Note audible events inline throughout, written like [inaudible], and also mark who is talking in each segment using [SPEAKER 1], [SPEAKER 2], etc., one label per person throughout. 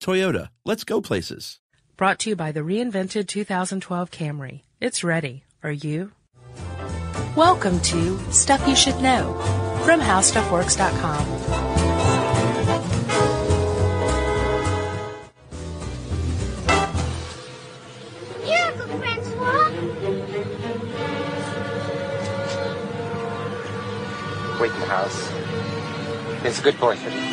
[SPEAKER 1] Toyota, let's go places.
[SPEAKER 2] Brought to you by the reinvented 2012 Camry. It's ready. Are you? Welcome to Stuff You Should Know from HowStuffWorks.com.
[SPEAKER 3] Here, Uncle Francois.
[SPEAKER 4] Wittenhouse. He's a good boy, Fiddler.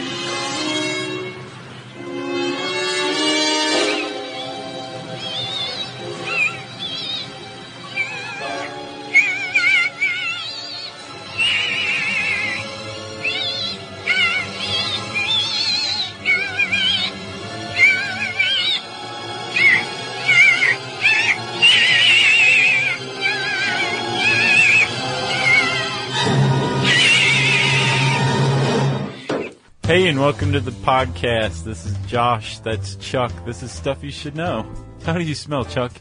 [SPEAKER 5] Hey, and welcome to the podcast. This is Josh. That's Chuck. This is stuff you should know. How do you smell, Chuck?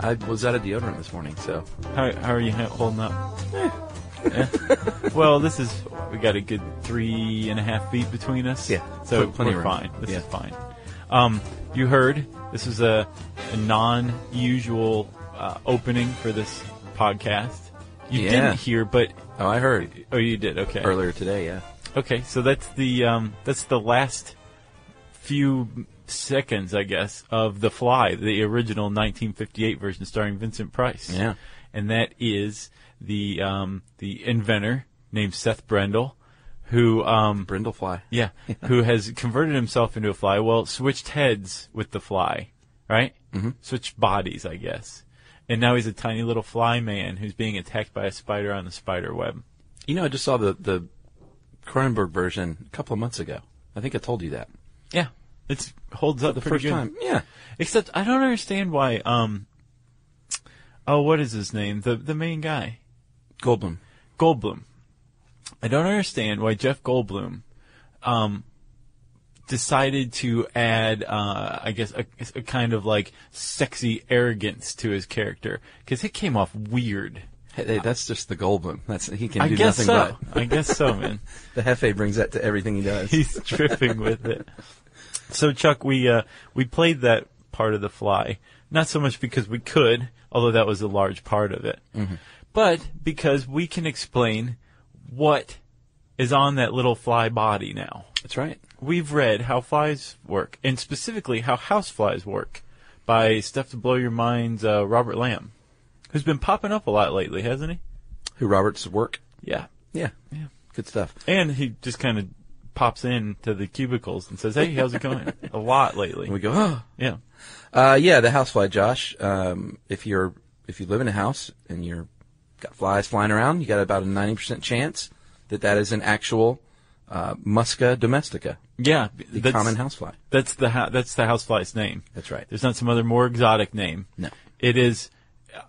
[SPEAKER 1] I was out of deodorant this morning, so
[SPEAKER 5] How, how are you ha- holding up? Eh.
[SPEAKER 1] [laughs]
[SPEAKER 5] well, this is we got a good three and a half feet between us.
[SPEAKER 1] Yeah.
[SPEAKER 5] so
[SPEAKER 1] Pl- plenty
[SPEAKER 5] we're
[SPEAKER 1] of room.
[SPEAKER 5] fine. This
[SPEAKER 1] Yeah.
[SPEAKER 5] is fine. Um, you heard this is a, a non-usual uh, opening for this podcast. You
[SPEAKER 1] Yeah.
[SPEAKER 5] didn't hear, but
[SPEAKER 1] oh, I heard
[SPEAKER 5] oh, you did. Okay,
[SPEAKER 1] earlier today. Yeah,
[SPEAKER 5] Okay, so that's the um, that's the last few seconds, I guess, of The Fly, the original 1958 version starring Vincent Price.
[SPEAKER 1] Yeah.
[SPEAKER 5] and that is the um, the inventor named Seth Brendel, who um,
[SPEAKER 1] brindlefly.
[SPEAKER 5] yeah, [laughs] who has converted himself into a fly. Well, switched heads with the fly, right? Mm-hmm. Switched bodies, I guess, and now he's a tiny little fly man who's being attacked by a spider on the spider web.
[SPEAKER 1] You know, I just saw the the Cronenberg version a couple of months ago. I think I told you that
[SPEAKER 5] Yeah, it holds up
[SPEAKER 1] the
[SPEAKER 5] pretty
[SPEAKER 1] first
[SPEAKER 5] good.
[SPEAKER 1] time. Yeah,
[SPEAKER 5] Except I don't understand why. Um. Oh, what is his name? The the main guy,
[SPEAKER 1] Goldblum.
[SPEAKER 5] Goldblum. I don't understand why Jeff Goldblum, um, decided to add, uh, I guess a, a kind of like sexy arrogance to his character because it came off weird.
[SPEAKER 1] Hey, hey, that's just the Goldblum. That's he can
[SPEAKER 5] I
[SPEAKER 1] do
[SPEAKER 5] guess
[SPEAKER 1] nothing
[SPEAKER 5] so.
[SPEAKER 1] but.
[SPEAKER 5] I guess
[SPEAKER 1] [laughs]
[SPEAKER 5] so, man.
[SPEAKER 1] The Hefe brings that to everything he does.
[SPEAKER 5] He's tripping with it. So Chuck, we uh, we played that part of the fly, not so much because we could, although that was a large part of it, but because we can explain what is on that little fly body now.
[SPEAKER 1] That's right.
[SPEAKER 5] We've read how flies work, and specifically how houseflies work, by Stuff to Blow Your Mind's uh, Robert Lamb, who's been popping up a lot lately, hasn't he?
[SPEAKER 1] Who Roberts' work?
[SPEAKER 5] Yeah,
[SPEAKER 1] Yeah, yeah, good stuff.
[SPEAKER 5] and he just kind of pops in to the cubicles and says, "Hey, how's it going?" a lot lately.
[SPEAKER 1] And we go, oh,
[SPEAKER 5] Yeah.
[SPEAKER 1] Uh, yeah, the housefly, Josh. Um, if you're if you live in a house and you're got flies flying around, you got about a ninety percent chance that that is an actual uh, Musca domestica,
[SPEAKER 5] Yeah.
[SPEAKER 1] the common housefly.
[SPEAKER 5] That's the ho- that's the housefly's name.
[SPEAKER 1] That's right.
[SPEAKER 5] There's not some other more exotic name.
[SPEAKER 1] No.
[SPEAKER 5] It is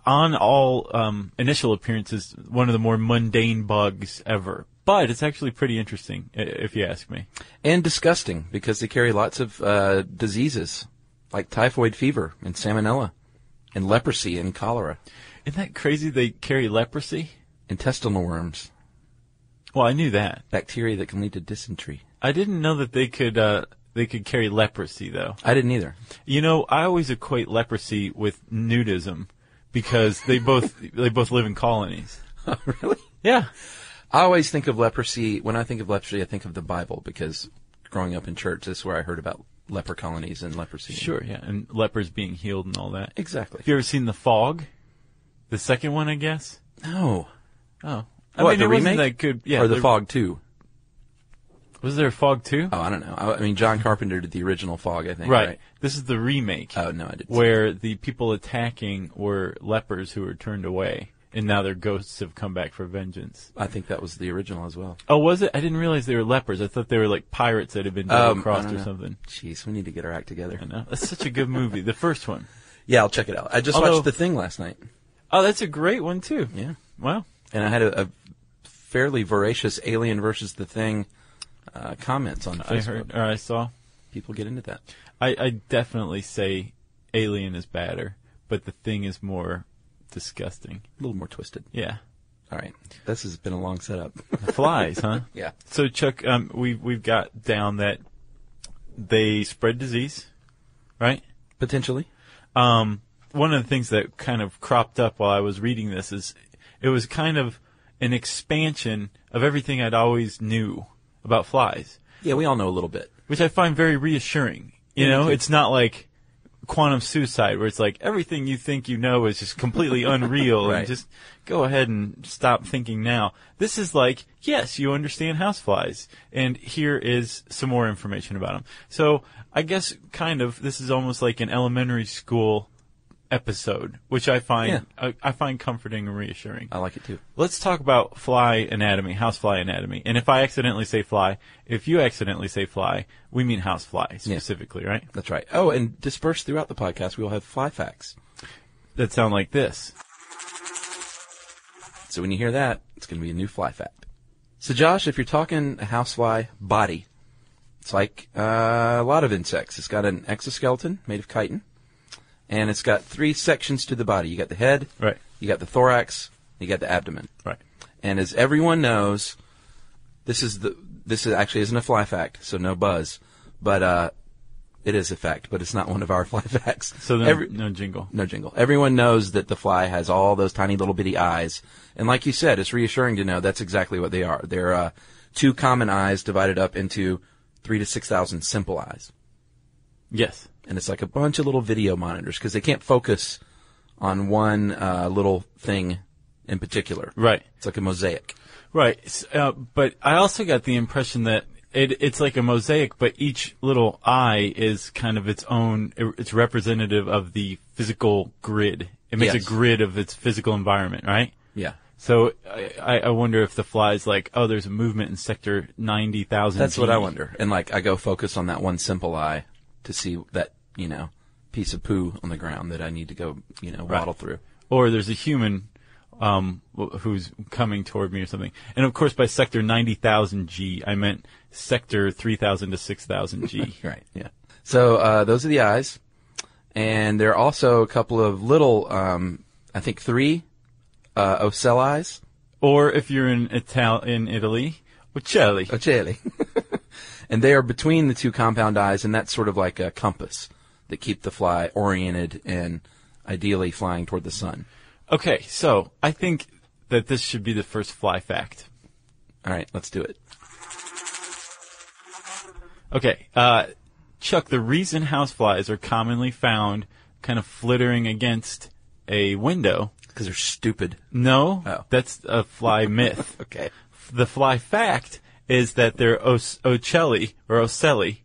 [SPEAKER 5] on all um, initial appearances one of the more mundane bugs ever. But it's actually pretty interesting i- if you ask me.
[SPEAKER 1] And disgusting because they carry lots of uh, diseases like typhoid fever and salmonella, and leprosy and cholera,
[SPEAKER 5] Isn't that crazy they carry leprosy?
[SPEAKER 1] intestinal worms,
[SPEAKER 5] Well, I knew that.
[SPEAKER 1] bacteria that can lead to dysentery.
[SPEAKER 5] I didn't know that they could uh, they could carry leprosy though.
[SPEAKER 1] I didn't either.
[SPEAKER 5] You know, I always equate leprosy with nudism because they both [laughs] they both live
[SPEAKER 1] [laughs]
[SPEAKER 5] in colonies.
[SPEAKER 1] Oh, really?
[SPEAKER 5] Yeah.
[SPEAKER 1] I always think of leprosy. When I think of leprosy, I think of the Bible because growing up in church, this is where I heard about leper colonies and leprosy.
[SPEAKER 5] Sure, yeah, and lepers being healed and all that.
[SPEAKER 1] Exactly.
[SPEAKER 5] Have you ever seen The Fog? The second one, I guess.
[SPEAKER 1] No.
[SPEAKER 5] Oh, I
[SPEAKER 1] What,
[SPEAKER 5] mean,
[SPEAKER 1] the
[SPEAKER 5] it
[SPEAKER 1] remake?
[SPEAKER 5] wasn't that good. Yeah,
[SPEAKER 1] or the
[SPEAKER 5] there-
[SPEAKER 1] Fog too.
[SPEAKER 5] Was there a Fog too?
[SPEAKER 1] Oh, I don't know. I, I mean, John Carpenter did the original Fog, I think.
[SPEAKER 5] right.
[SPEAKER 1] Right.
[SPEAKER 5] This is the remake.
[SPEAKER 1] Oh no, I didn't. see
[SPEAKER 5] where the people attacking were lepers who were turned away, and now their ghosts have come back for vengeance.
[SPEAKER 1] that. I think that was the original as well.
[SPEAKER 5] Oh, was it? I didn't realize they were lepers. I thought they were like pirates that had been double
[SPEAKER 1] Um, I
[SPEAKER 5] crossed
[SPEAKER 1] don't
[SPEAKER 5] or
[SPEAKER 1] know.
[SPEAKER 5] something.
[SPEAKER 1] Jeez, we need to get our act together.
[SPEAKER 5] I know. That's such a good movie. The first one.
[SPEAKER 1] Yeah, I'll check it out. I just
[SPEAKER 5] Although-
[SPEAKER 1] watched The Thing last night.
[SPEAKER 5] Oh, that's a great one too.
[SPEAKER 1] Yeah.
[SPEAKER 5] Wow.
[SPEAKER 1] and I had a, a fairly voracious Alien versus the Thing uh, comments on
[SPEAKER 5] I
[SPEAKER 1] Facebook.
[SPEAKER 5] heard or I saw.
[SPEAKER 1] People get into that.
[SPEAKER 5] I, I definitely say Alien is badder, but the thing is more disgusting.
[SPEAKER 1] A little more twisted.
[SPEAKER 5] Yeah.
[SPEAKER 1] All right, this has been a long setup. [laughs]
[SPEAKER 5] Flies, huh?
[SPEAKER 1] yeah,
[SPEAKER 5] So Chuck, um, we we've got down that they spread disease, right?
[SPEAKER 1] potentially.
[SPEAKER 5] um, one of the things that kind of cropped up while I was reading this is it was kind of an expansion of everything I'd always knew about flies,
[SPEAKER 1] Yeah, we all know a little bit.
[SPEAKER 5] which I find very reassuring. You know, it's not like quantum suicide where it's like everything you think you know is
[SPEAKER 1] [laughs]
[SPEAKER 5] just completely unreal
[SPEAKER 1] Right.
[SPEAKER 5] and just go ahead and stop thinking now. This is like, yes, you understand houseflies and here is some more information about them. So I guess kind of this is almost like an elementary school episode, which I find I, I find comforting and reassuring.
[SPEAKER 1] I like it too.
[SPEAKER 5] Let's talk about fly anatomy, housefly anatomy. And if I accidentally say fly, if you accidentally say fly, we mean housefly specifically, right?
[SPEAKER 1] That's right. Oh, and dispersed throughout the podcast, we will have fly facts.
[SPEAKER 5] That sound like this.
[SPEAKER 1] So when you hear that, it's going to be a new fly fact. So Josh, if you're talking a housefly body, it's like uh, a lot of insects. It's got an exoskeleton made of chitin, and it's got three sections to the body. You got the head,
[SPEAKER 5] Right.
[SPEAKER 1] You got the thorax, you got the abdomen.
[SPEAKER 5] Right.
[SPEAKER 1] And as everyone knows, this is the this is actually isn't a fly fact, so no buzz, but uh, it is a fact, but it's not one of our [laughs] fly facts.
[SPEAKER 5] So then
[SPEAKER 1] Every-
[SPEAKER 5] no jingle.
[SPEAKER 1] no jingle. Everyone knows that the fly has all those tiny little bitty eyes, and like you said, it's reassuring to know that's exactly what they are. They're uh, two common eyes divided up into three to six thousand simple eyes,
[SPEAKER 5] Yes.
[SPEAKER 1] and it's like a bunch of little video monitors because they can't focus on one uh, little thing in particular.
[SPEAKER 5] Right.
[SPEAKER 1] It's like a mosaic.
[SPEAKER 5] Right. S- Uh, but I also got the impression that it, it's like a mosaic, but each little eye is kind of its own, e, it's representative of the physical grid. It makes
[SPEAKER 1] Yes.
[SPEAKER 5] a grid of its physical environment, right?
[SPEAKER 1] Yeah.
[SPEAKER 5] So I, I- I wonder if the fly's like, oh, there's a movement in sector 90,000.
[SPEAKER 1] That's what
[SPEAKER 5] G."
[SPEAKER 1] I wonder. And like, I go focus on that one simple eye to see that, you know, piece of poo on the ground that I need to go, you know, waddle through.
[SPEAKER 5] Or there's a human um, wh- who's coming toward me or something. And of course, by sector 90,000 G, I meant sector 3,000 to 6,000 G.
[SPEAKER 1] [laughs] Right. Yeah. So, uh, those are the eyes. And there are also a couple of little, um, I think three, uh, ocelli.
[SPEAKER 5] Or if you're in Ital- in Italy, Uccelli.
[SPEAKER 1] Ocelli. [laughs] and they are between the two compound eyes, and that's sort of like a compass that keep the fly oriented and ideally flying toward the sun.
[SPEAKER 5] Okay, so I think that this should be the first fly fact.
[SPEAKER 1] All right, let's do it.
[SPEAKER 5] Okay, uh, Chuck, the reason houseflies are commonly found kind of flittering against a window.
[SPEAKER 1] Because they're stupid.
[SPEAKER 5] No,
[SPEAKER 1] Oh.
[SPEAKER 5] that's a fly myth.
[SPEAKER 1] Okay.
[SPEAKER 5] The fly fact is that they're os- ocelli or ocelli,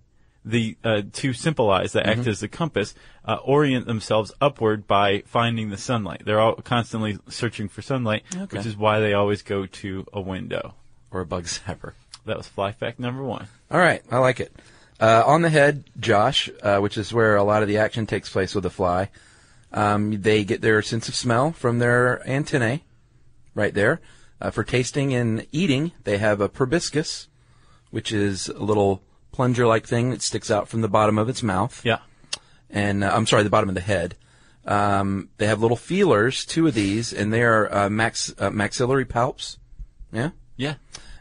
[SPEAKER 5] the uh, two simple eyes that
[SPEAKER 1] Mm-hmm.
[SPEAKER 5] act as the compass, uh, orient themselves upward by finding the sunlight. They're all constantly searching for sunlight,
[SPEAKER 1] Okay.
[SPEAKER 5] which is why they always go to a window.
[SPEAKER 1] Or a bug [laughs] zapper.
[SPEAKER 5] That was fly fact number one.
[SPEAKER 1] All right, I like it. Uh, on the head, Josh, uh, which is where a lot of the action takes place with the fly. Um, they get their sense of smell from their antennae, right there. Uh, for tasting and eating, they have a proboscis, which is a little plunger-like thing that sticks out from the bottom of its mouth.
[SPEAKER 5] Yeah.
[SPEAKER 1] And uh, I'm sorry, the bottom of the head. Um, they have little feelers, two of these, and they are uh, max uh, maxillary palps. Yeah
[SPEAKER 5] Yeah.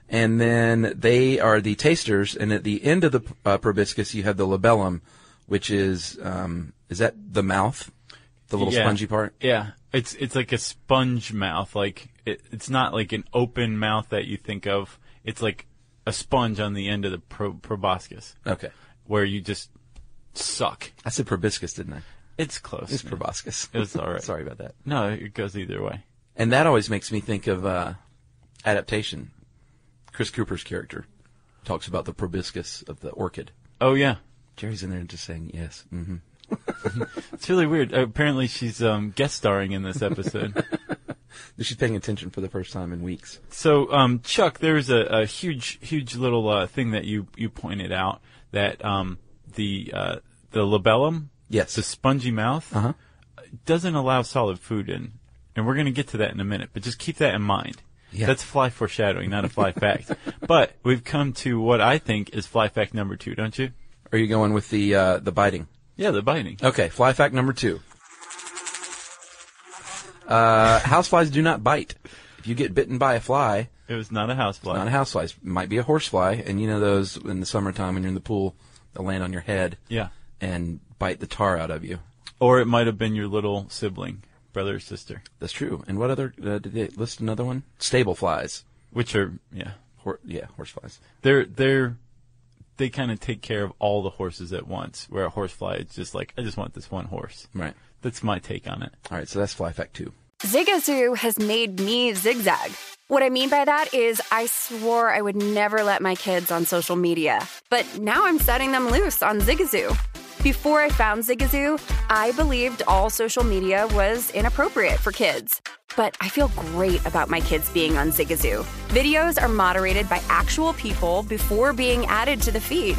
[SPEAKER 1] and then they are the tasters. And at the end of the uh, proboscis, you have the labellum, which is um, is that the mouth, the little
[SPEAKER 5] Yeah.
[SPEAKER 1] spongy part?
[SPEAKER 5] Yeah. It's it's like a sponge mouth. Like it, it's not like an open mouth that you think of. It's like a sponge on the end of the pro- proboscis
[SPEAKER 1] Okay,
[SPEAKER 5] where you just suck.
[SPEAKER 1] I said proboscis, didn't I?
[SPEAKER 5] It's close.
[SPEAKER 1] It's
[SPEAKER 5] man.
[SPEAKER 1] proboscis.
[SPEAKER 5] It's all
[SPEAKER 1] [laughs]
[SPEAKER 5] right.
[SPEAKER 1] Sorry about that.
[SPEAKER 5] No, it goes either way.
[SPEAKER 1] And that always makes me think of uh, adaptation. Chris Cooper's character talks about the proboscis of the orchid.
[SPEAKER 5] Oh yeah,
[SPEAKER 1] Jerry's in there just saying yes. hmm
[SPEAKER 5] it's really weird. Uh, apparently, she's um, guest starring in this
[SPEAKER 1] [laughs]
[SPEAKER 5] episode.
[SPEAKER 1] She's paying attention for the first time in weeks.
[SPEAKER 5] So, um, Chuck, there's a, a huge, huge little uh, thing that you, you pointed out that um, the uh, the labellum,
[SPEAKER 1] Yes.
[SPEAKER 5] the spongy mouth,
[SPEAKER 1] Uh-huh.
[SPEAKER 5] doesn't allow solid food in, and we're going to get to that in a minute. But just keep that in mind.
[SPEAKER 1] Yeah.
[SPEAKER 5] That's fly foreshadowing, not
[SPEAKER 1] [laughs]
[SPEAKER 5] a fly fact. But we've come to what I think is fly fact number two, don't you?
[SPEAKER 1] Are you going with the uh, the biting?
[SPEAKER 5] Yeah, the biting.
[SPEAKER 1] Okay, fly fact number two. Uh, houseflies do not bite. If you get bitten by a fly,
[SPEAKER 5] It was not a housefly.
[SPEAKER 1] not a housefly, it might be a horsefly, and you know those in the summertime when you're in the pool, they land on your head
[SPEAKER 5] yeah.
[SPEAKER 1] and bite the tar out of you.
[SPEAKER 5] Or it might have been your little sibling, brother or sister,
[SPEAKER 1] That's true. And what other uh, did they list another one? Stable flies.
[SPEAKER 5] which are yeah.
[SPEAKER 1] Hor- yeah, horse flies.
[SPEAKER 5] they're they're they kind of take care of all the horses at once. Where a horsefly is just like, I just want this one horse.
[SPEAKER 1] Right.
[SPEAKER 5] That's my take on it.
[SPEAKER 1] All right. So that's fly fact two.
[SPEAKER 6] Zigazoo has made me zigzag. What I mean by that is, I swore I would never let my kids on social media, but now I'm setting them loose on Zigazoo. Before I found Zigazoo, I believed all social media was inappropriate for kids. But I feel great about my kids being on Zigazoo. Videos are moderated by actual people before being added to the feed.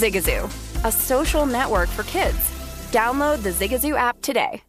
[SPEAKER 6] Zigazoo, a social network for kids. Download the Zigazoo app today.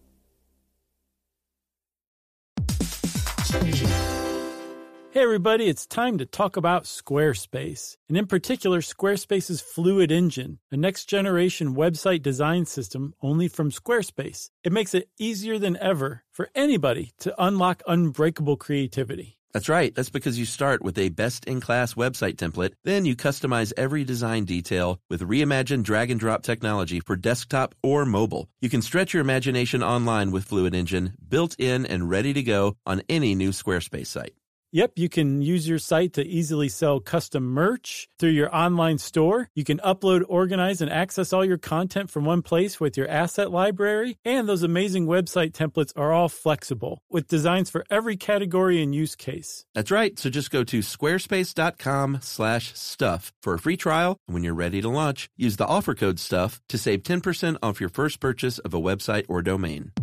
[SPEAKER 7] Hey everybody, it's time to talk about Squarespace, and in particular, Squarespace's Fluid Engine, a next generation website design system only from Squarespace. It makes it easier than ever for anybody to unlock unbreakable creativity.
[SPEAKER 1] That's right. That's because you start with a best in class website template, then you customize every design detail with reimagined drag and drop technology for desktop or mobile. You can stretch your imagination online with Fluid Engine, built in and ready to go on any new Squarespace site.
[SPEAKER 7] Yep, you can use your site to easily sell custom merch through your online store. You can upload, organize, and access all your content from one place with your asset library. And those amazing website templates are all flexible with designs for every category and use case.
[SPEAKER 1] That's right. So just go to squarespace.com slash stuff for a free trial. And when you're ready to launch, use the offer code stuff to save 10% off your first purchase of a website or domain.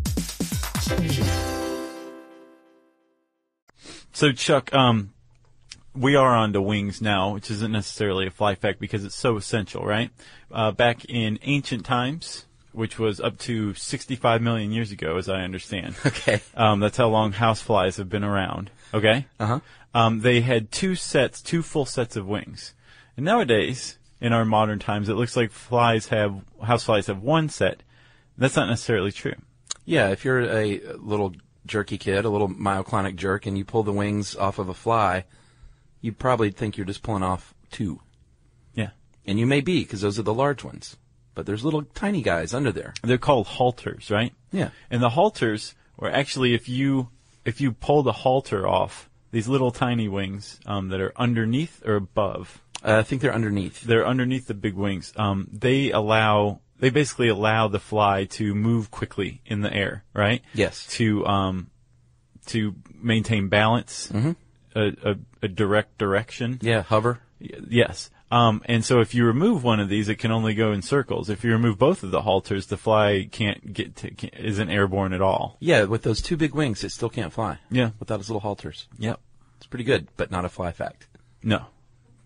[SPEAKER 5] So Chuck, um, we are on to wings now, which isn't necessarily a fly fact because it's so essential, right? Uh, back in ancient times, which was up to 65 million years ago, as I understand.
[SPEAKER 1] Okay.
[SPEAKER 5] Um, that's how long houseflies have been around. Okay. Uh
[SPEAKER 1] Uh-huh.
[SPEAKER 5] huh. Um, they had two sets, two full sets of wings. And nowadays, in our modern times, it looks like flies have houseflies have one set. That's not necessarily true.
[SPEAKER 1] Yeah, if you're a little jerky kid, a little myoclonic jerk, and you pull the wings off of a fly, you probably think you're just pulling off two.
[SPEAKER 5] Yeah.
[SPEAKER 1] And you may be, because those are the large ones. But there's little tiny guys under there.
[SPEAKER 5] They're called halters, right?
[SPEAKER 1] Yeah.
[SPEAKER 5] And the halters were actually if you if you pull the halter off, these little tiny wings um, that are underneath or above
[SPEAKER 1] Uh, I think they're underneath.
[SPEAKER 5] they're underneath the big wings. Um, they allow they basically allow the fly to move quickly in the air, right?
[SPEAKER 1] Yes.
[SPEAKER 5] To um, to maintain balance,
[SPEAKER 1] Mm-hmm.
[SPEAKER 5] a, a, a direct direction.
[SPEAKER 1] Yeah, hover.
[SPEAKER 5] Y- Yes. Um, and so if you remove one of these, it can only go in circles. If you remove both of the halters, the fly can't get to, can isn't airborne at all.
[SPEAKER 1] Yeah, with those two big wings, it still can't fly.
[SPEAKER 5] Yeah.
[SPEAKER 1] Without its little halters.
[SPEAKER 5] Yep.
[SPEAKER 1] It's pretty good, but not a fly fact.
[SPEAKER 5] No.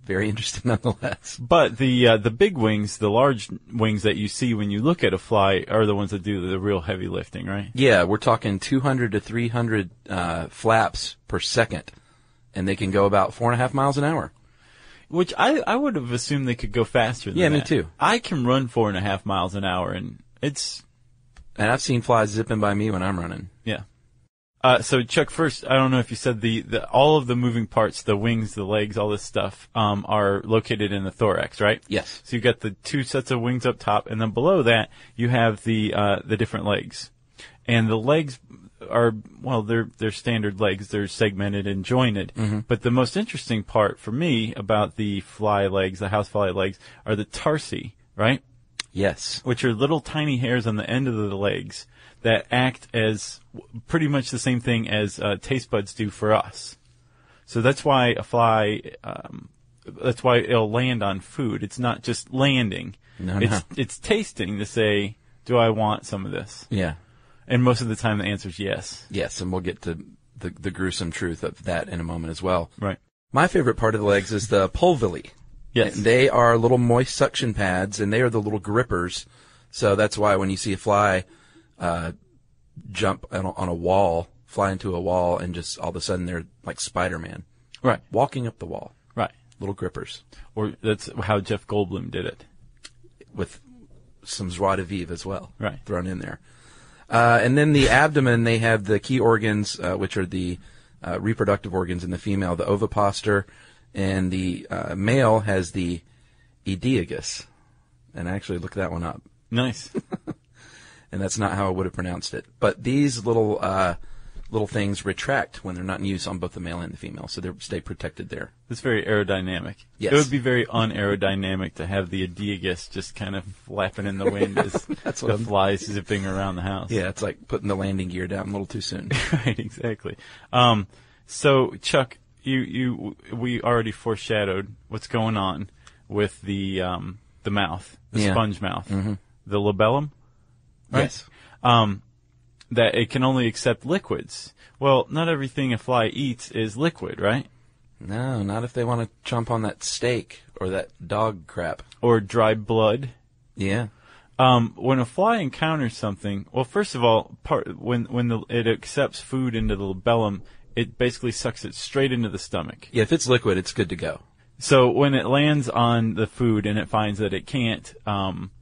[SPEAKER 1] Very [laughs] interesting nonetheless.
[SPEAKER 5] But the uh, the big wings, the large wings that you see when you look at a fly, are the ones that do the real heavy lifting, right?
[SPEAKER 1] Yeah, we're talking 200 to 300 uh, flaps per second, and they can go about four and a half miles an hour.
[SPEAKER 5] Which I, I would have assumed they could go faster than
[SPEAKER 1] Yeah,
[SPEAKER 5] that.
[SPEAKER 1] me too.
[SPEAKER 5] I can run four and a half miles an hour, and it's,
[SPEAKER 1] And I've seen flies zipping by me when I'm running.
[SPEAKER 5] yeah. Uh, so Chuck, first, I don't know if you said the, the, all of the moving parts, the wings, the legs, all this stuff, um, are located in the thorax, right?
[SPEAKER 1] Yes.
[SPEAKER 5] So you've got the two sets of wings up top, and then below that, you have the, uh, the different legs. And the legs are, well, they're, they're standard legs. They're segmented and jointed. But the most interesting part for me about the fly legs, the house fly legs, are the tarsi, right?
[SPEAKER 1] Yes.
[SPEAKER 5] which are little tiny hairs on the end of the legs that act as w- pretty much the same thing as uh, taste buds do for us. So that's why a fly, um, that's why it'll land on food. It's not just landing.
[SPEAKER 1] No,
[SPEAKER 5] it's
[SPEAKER 1] no.
[SPEAKER 5] it's tasting to say, do I want some of this?
[SPEAKER 1] Yeah.
[SPEAKER 5] And most of the time, the answer is yes.
[SPEAKER 1] Yes. And we'll get to the, the gruesome truth of that in a moment as well.
[SPEAKER 5] Right.
[SPEAKER 1] My favorite part of the legs is the pulvili.
[SPEAKER 5] Yes.
[SPEAKER 1] They are little moist suction pads and they are the little grippers. So that's why when you see a fly, uh, jump on a, on a wall, fly into a wall and just all of a sudden they're like Spider-Man
[SPEAKER 5] right.
[SPEAKER 1] walking up the wall,
[SPEAKER 5] Right.
[SPEAKER 1] little grippers
[SPEAKER 5] Or that's how Jeff Goldblum did it.
[SPEAKER 1] with some joie de vivre as well.
[SPEAKER 5] Right.
[SPEAKER 1] Thrown in there. Uh, and then the abdomen, they have the key organs, uh, which are the uh, reproductive organs in the female, the ovipositor, and the uh, male has the ediogus. And I actually looked that one up,
[SPEAKER 5] Nice.
[SPEAKER 1] and that's not how I would have pronounced it. But these little uh, little things retract when they're not in use on both the male and the female, so they stay protected there.
[SPEAKER 5] It's very aerodynamic.
[SPEAKER 1] Yes.
[SPEAKER 5] It would be very unaerodynamic to have the adiagus just kind of flapping in the
[SPEAKER 1] [laughs]
[SPEAKER 5] wind as
[SPEAKER 1] That's what
[SPEAKER 5] the
[SPEAKER 1] I'm-
[SPEAKER 5] flies zipping around the house.
[SPEAKER 1] Yeah, it's like putting the landing gear down a little too soon.
[SPEAKER 5] [laughs] right, exactly. Um, so Chuck, you, you, we already foreshadowed what's going on with the, um, the mouth, the
[SPEAKER 1] Yeah. Mm-hmm.
[SPEAKER 5] sponge mouth, the labellum. Right.
[SPEAKER 1] Yes.
[SPEAKER 5] um, that it can only accept liquids. Well, not everything a fly eats is liquid, right?
[SPEAKER 1] No, not if they want to chomp on that steak or that dog crap.
[SPEAKER 5] Or dry blood.
[SPEAKER 1] Yeah.
[SPEAKER 5] Um, when a fly encounters something, well, first of all, part when when the, it accepts food into the labellum, it basically sucks it straight into the stomach.
[SPEAKER 1] Yeah, if it's liquid, it's good to go.
[SPEAKER 5] So when it lands on the food and it finds that it can't, um,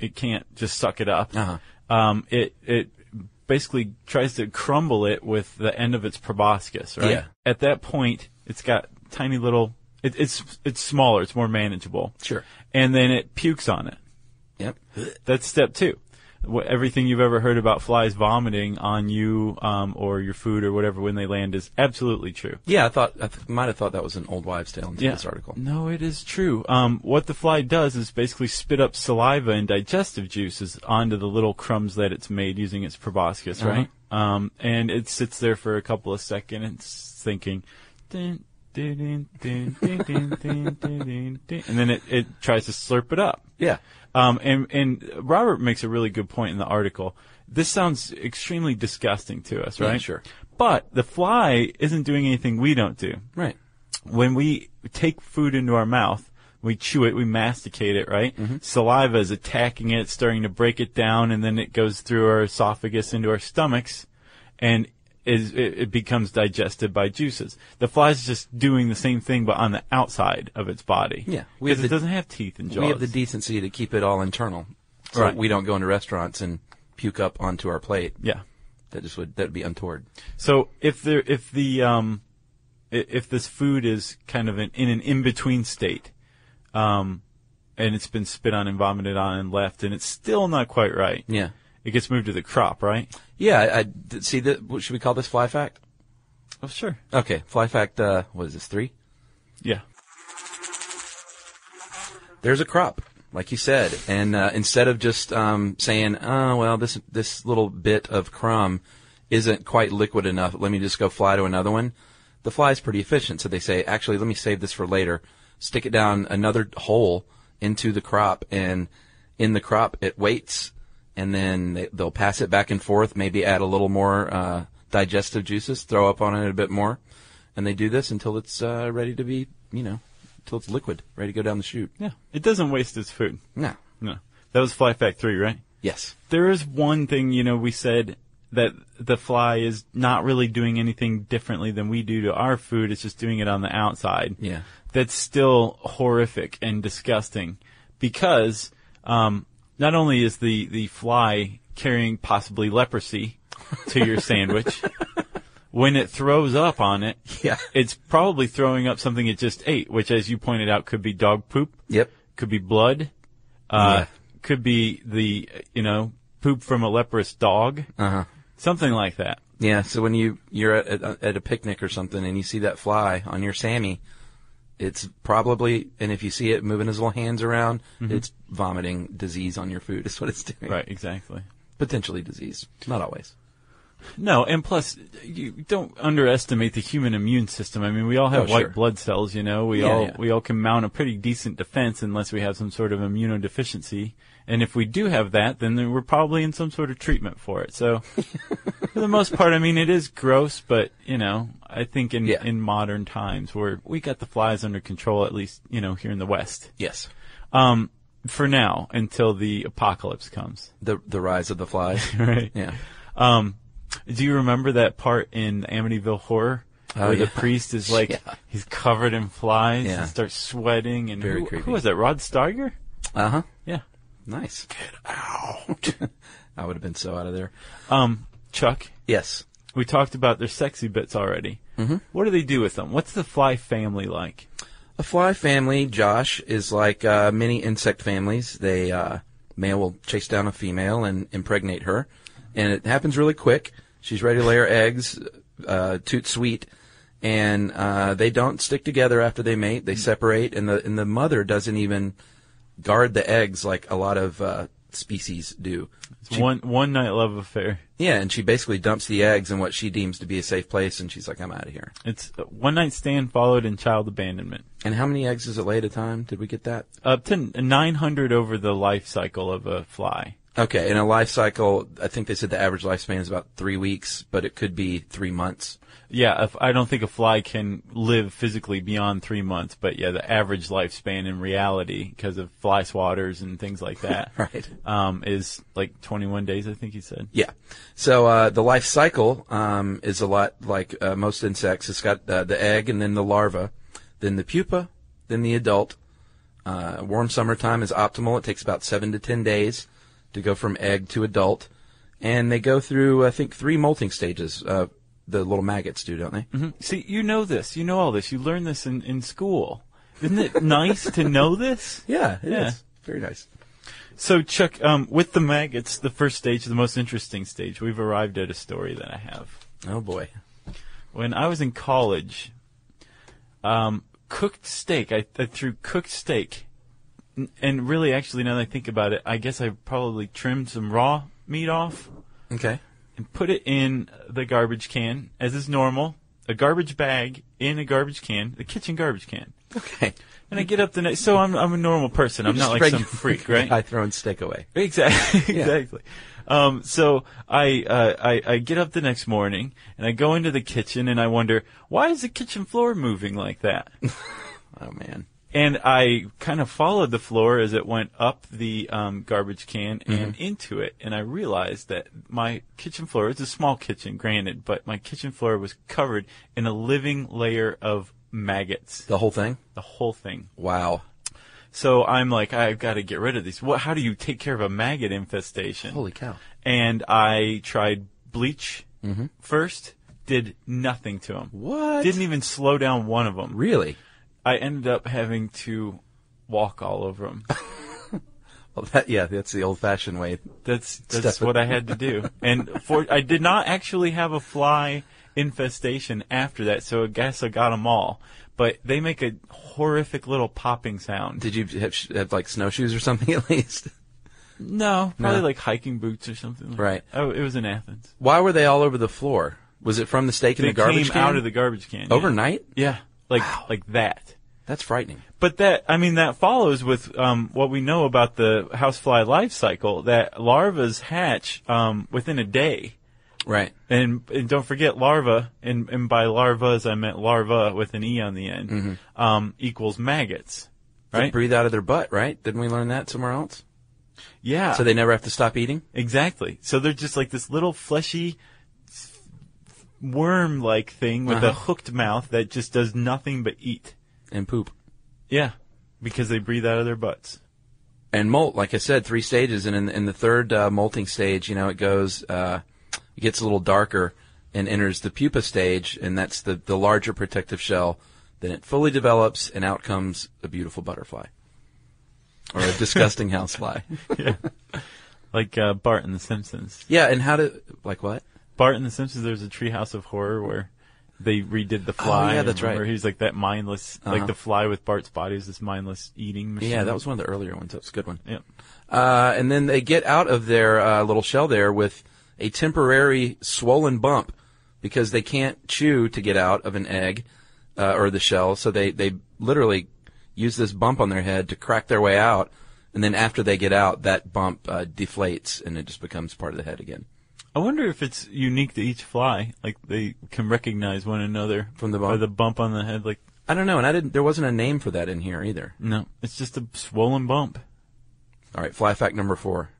[SPEAKER 5] it can't just suck it up.
[SPEAKER 1] Uh-huh.
[SPEAKER 5] Um, it it basically tries to crumble it with the end of its proboscis. Right.
[SPEAKER 1] Yeah.
[SPEAKER 5] At that point, it's got tiny little. It, it's it's smaller. It's more manageable.
[SPEAKER 1] Sure.
[SPEAKER 5] And then it pukes on it.
[SPEAKER 1] Yep.
[SPEAKER 5] That's step two. Wh- Everything you've ever heard about flies vomiting on you um, or your food or whatever when they land is absolutely true.
[SPEAKER 1] Yeah, I thought I th- might have thought that was an old wives' tale until this article.
[SPEAKER 5] No, it is true. Um, what the fly does is basically spit up saliva and digestive juices onto the little crumbs that it's made using its proboscis, right? Um, and it sits there for a couple of seconds thinking. Dun, dun, dun, dun, dun, dun, dun, dun, dun, dun," And then it, it tries to slurp it up.
[SPEAKER 1] Yeah.
[SPEAKER 5] Um, and, and Robert makes a really good point in the article. This sounds extremely disgusting to us,
[SPEAKER 1] Yeah,
[SPEAKER 5] right?
[SPEAKER 1] sure.
[SPEAKER 5] But the fly isn't doing anything we don't do.
[SPEAKER 1] Right.
[SPEAKER 5] When we take food into our mouth, we chew it, we masticate it, right?
[SPEAKER 1] Mm-hmm.
[SPEAKER 5] Saliva is attacking it, starting to break it down, and then it goes through our esophagus into our stomachs, and is it, it becomes digested by juices. The fly's just doing the same thing, but on the outside of its body.
[SPEAKER 1] Yeah. We have
[SPEAKER 5] because it
[SPEAKER 1] the-
[SPEAKER 5] doesn't have teeth and jaws.
[SPEAKER 1] We have the decency to keep it all internal, so
[SPEAKER 5] Right.
[SPEAKER 1] we don't go into restaurants and puke up onto our plate.
[SPEAKER 5] yeah.
[SPEAKER 1] That just would that would be untoward.
[SPEAKER 5] So if there, if the, um, i- if this food is kind of an, in an in-between state, um, and it's been spit on and vomited on and left, and it's still not quite right,
[SPEAKER 1] Yeah.
[SPEAKER 5] it gets moved to the crop, right?
[SPEAKER 1] Yeah. I, I did- see that. What should we call this fly fact?
[SPEAKER 5] Oh, sure.
[SPEAKER 1] Okay. Fly fact. Uh, what is this? Three.
[SPEAKER 5] Yeah.
[SPEAKER 1] there's a crop, like you said. And uh, instead of just um, saying, "Oh well, this this little bit of crumb isn't quite liquid enough. Let me just go fly to another one," the fly is pretty efficient. So they say, "Actually, let me save this for later. Stick it down another hole into the crop, and in the crop it waits, and then they, they'll pass it back and forth. Maybe add a little more uh, digestive juices, throw up on it a bit more." And they do this until it's uh, ready to be, you know, until it's liquid, ready to go down the chute.
[SPEAKER 5] Yeah. It doesn't waste its food.
[SPEAKER 1] No.
[SPEAKER 5] No. That was Fly Fact 3, right?
[SPEAKER 1] Yes.
[SPEAKER 5] There is one thing, you know, we said that the fly is not really doing anything differently than we do to our food. It's just doing it on the outside.
[SPEAKER 1] Yeah.
[SPEAKER 5] That's still horrific and disgusting because um, not only is the, the fly carrying possibly leprosy
[SPEAKER 1] [laughs]
[SPEAKER 5] to your sandwich, when it throws up on it,
[SPEAKER 1] Yeah.
[SPEAKER 5] it's probably throwing up something it just ate, which, as you pointed out, could be dog poop,
[SPEAKER 1] Yep.
[SPEAKER 5] could be blood, uh,
[SPEAKER 1] Yeah.
[SPEAKER 5] could be the, you know, poop from a leprous dog,
[SPEAKER 1] Uh-huh.
[SPEAKER 5] something like that.
[SPEAKER 1] Yeah. So when you you're at, at, at a picnic or something and you see that fly on your Sammy, it's probably and if you see it moving his little hands around, it's vomiting disease on your food. Is what it's doing.
[SPEAKER 5] Right, exactly.
[SPEAKER 1] Potentially disease. Not always.
[SPEAKER 5] No, and plus, you don't underestimate the human immune system. I mean, we all have
[SPEAKER 1] Oh,
[SPEAKER 5] white
[SPEAKER 1] sure.
[SPEAKER 5] blood cells, you know. We
[SPEAKER 1] Yeah,
[SPEAKER 5] all
[SPEAKER 1] yeah.
[SPEAKER 5] we all can mount a pretty decent defense unless we have some sort of immunodeficiency. And if we do have that, then we're probably in some sort of treatment for
[SPEAKER 1] [laughs]
[SPEAKER 5] it. So, for the most part, I mean, it is gross, but you know, I think in
[SPEAKER 1] Yeah.
[SPEAKER 5] in modern times where we got the flies under control, at least you know here in the West,
[SPEAKER 1] Yes.
[SPEAKER 5] um, for now until the apocalypse comes.
[SPEAKER 1] The the rise of the fly. [laughs]
[SPEAKER 5] Right.
[SPEAKER 1] Yeah.
[SPEAKER 5] Um, do you remember that part in Amityville Horror
[SPEAKER 1] Oh,
[SPEAKER 5] where the
[SPEAKER 1] yeah.
[SPEAKER 5] priest
[SPEAKER 1] [laughs]
[SPEAKER 5] is like
[SPEAKER 1] Yeah.
[SPEAKER 5] he's covered in flies
[SPEAKER 1] Yeah.
[SPEAKER 5] and starts sweating and
[SPEAKER 1] Very
[SPEAKER 5] who,
[SPEAKER 1] creepy.
[SPEAKER 5] who was that? Rod Steiger?
[SPEAKER 1] Uh huh.
[SPEAKER 5] Yeah.
[SPEAKER 1] Nice. Get out. [laughs] I would have been so out of there.
[SPEAKER 5] Um, Chuck,
[SPEAKER 1] Yes.
[SPEAKER 5] we talked about their sexy bits already. Mm-hmm. What do they do with them? What's the fly family like?
[SPEAKER 1] A fly family, Josh, is like uh, many insect families. They uh, male will chase down a female and impregnate her, and it happens really quick. She's ready to lay her eggs, uh, toot sweet, and uh, they don't stick together after they mate. They separate, and the and the mother doesn't even guard the eggs like a lot of uh, species do.
[SPEAKER 5] It's one one night love affair.
[SPEAKER 1] Yeah, and she basically dumps the eggs in what she deems to be a safe place, and she's like, "I'm out of here."
[SPEAKER 5] It's uh, one night stand followed in child abandonment.
[SPEAKER 1] And how many eggs does it lay at a time? Did we get that?
[SPEAKER 5] Up to 900 over the life cycle of a fly.
[SPEAKER 1] Okay, in a life cycle, I think they said the average lifespan is about three weeks, but it could be three months.
[SPEAKER 5] Yeah, if, I don't think a fly can live physically beyond three months, but yeah, the average lifespan in reality, because of fly swatters and things like [laughs] that,
[SPEAKER 1] Right.
[SPEAKER 5] um, is like 21 days, I think he said.
[SPEAKER 1] Yeah. So uh, the life cycle um, is a lot like uh, most insects. It's got uh, the egg and then the larva, then the pupa, then the adult. Uh, warm summertime is optimal. It takes about seven to ten days to go from egg to adult, and they go through I think three molting stages. Uh, the little maggots do, don't they?
[SPEAKER 5] See, you know this. You know all this. You learned this in, in school. Isn't [laughs] it nice to know this?
[SPEAKER 1] Yeah, it is
[SPEAKER 5] Yeah.
[SPEAKER 1] Very nice.
[SPEAKER 5] So, Chuck, um, with the maggots, the first stage, the most interesting stage, we've arrived at a story that I have.
[SPEAKER 1] Oh boy.
[SPEAKER 5] when I was in college, um, cooked steak. I, I threw cooked steak, N- and really, actually, now that I think about it, I guess I probably trimmed some raw meat off
[SPEAKER 1] Okay.
[SPEAKER 5] and put it in the garbage can, as is normal. A garbage bag in a garbage can, the kitchen garbage can.
[SPEAKER 1] Okay.
[SPEAKER 5] And I get up the next. So I'm I'm a normal person. I'm not like some freak,
[SPEAKER 1] [laughs]
[SPEAKER 5] right?
[SPEAKER 1] I throwing steak away.
[SPEAKER 5] Exactly. [laughs]
[SPEAKER 1] Yeah.
[SPEAKER 5] exactly. Um, so I, uh, I I get up the next morning and I go into the kitchen and I wonder why is the kitchen floor moving
[SPEAKER 1] [laughs]
[SPEAKER 5] like that?
[SPEAKER 1] Oh man.
[SPEAKER 5] and I kind of followed the floor as it went up the um, garbage can
[SPEAKER 1] Mm-hmm.
[SPEAKER 5] and into it, and I realized that my kitchen floor it's a small kitchen, granted, but my kitchen floor was covered in a living layer of maggots.
[SPEAKER 1] The whole thing?
[SPEAKER 5] The whole thing.
[SPEAKER 1] Wow.
[SPEAKER 5] So I'm like, I've got to get rid of these. What? How do you take care of a maggot infestation?
[SPEAKER 1] Holy cow.
[SPEAKER 5] and I tried bleach first. Did nothing to them.
[SPEAKER 1] Mm-hmm. What?
[SPEAKER 5] Didn't even slow down one of them.
[SPEAKER 1] Really?
[SPEAKER 5] I ended up having to walk all over them.
[SPEAKER 1] Well, that, yeah, that's the old fashioned way.
[SPEAKER 5] That's
[SPEAKER 1] [laughs]
[SPEAKER 5] that's
[SPEAKER 1] Stuff it.
[SPEAKER 5] what I had to do. And for I did not actually have a fly infestation after that, so I guess I got them all. But they make a horrific little popping sound.
[SPEAKER 1] Did you have, sh- have like snowshoes or something [laughs] at least?
[SPEAKER 5] no, probably
[SPEAKER 1] No.
[SPEAKER 5] like hiking boots or something. Like
[SPEAKER 1] Right.
[SPEAKER 5] That. Oh, it was in Athens.
[SPEAKER 1] Why were they all over the floor? Was it from the steak in
[SPEAKER 5] they
[SPEAKER 1] the garbage
[SPEAKER 5] came
[SPEAKER 1] can?
[SPEAKER 5] out of the garbage can yeah.
[SPEAKER 1] Overnight?
[SPEAKER 5] Yeah, like like that.
[SPEAKER 1] That's frightening.
[SPEAKER 5] But that, I mean, that follows with um, what we know about the housefly life cycle. That larvas hatch um, within a day,
[SPEAKER 1] Right.
[SPEAKER 5] and, and don't forget larva. And, and by larvas, I meant larva with an e on the end.
[SPEAKER 1] Mm-hmm.
[SPEAKER 5] Um, equals maggots,
[SPEAKER 1] They
[SPEAKER 5] right?
[SPEAKER 1] breathe out of their butt, right? Didn't we learn that somewhere else?
[SPEAKER 5] Yeah.
[SPEAKER 1] So they never have to stop eating?
[SPEAKER 5] Exactly. So they're just like this little fleshy worm like thing with a
[SPEAKER 1] Uh-huh.
[SPEAKER 5] hooked mouth that just does nothing but eat.
[SPEAKER 1] And poop.
[SPEAKER 5] Yeah. Because they breathe out of their butts.
[SPEAKER 1] and molt, like I said, three stages, and in, in the third uh, molting stage, you know, it goes, uh, it gets a little darker and enters the pupa stage, and that's the the larger protective shell. Then it fully develops, and out comes a beautiful butterfly, or a disgusting housefly.
[SPEAKER 5] Like uh, Bart in The Simpsons.
[SPEAKER 1] Yeah, and how do like what?
[SPEAKER 5] Bart in The Simpsons, there's a treehouse of horror where they redid the fly.
[SPEAKER 1] Oh, yeah, that's
[SPEAKER 5] remember?
[SPEAKER 1] right.
[SPEAKER 5] He's like that mindless,
[SPEAKER 1] Uh-huh.
[SPEAKER 5] like the fly with Bart's body is this mindless eating machine.
[SPEAKER 1] Yeah, that was one of the earlier ones. That was a good one.
[SPEAKER 5] Yeah.
[SPEAKER 1] Uh, and then they get out of their uh, little shell there with a temporary swollen bump because they can't chew to get out of an egg uh, or the shell. So they, they literally use this bump on their head to crack their way out. And then after they get out, that bump uh, deflates and it just becomes part of the head again.
[SPEAKER 5] I wonder if it's unique to each fly. Like they can recognize one another
[SPEAKER 1] From the
[SPEAKER 5] by
[SPEAKER 1] bump?
[SPEAKER 5] the bump on the head. Like
[SPEAKER 1] I don't know, and I didn't. There wasn't a name for that in here either.
[SPEAKER 5] no, it's just a swollen bump.
[SPEAKER 1] All right, fly fact number four.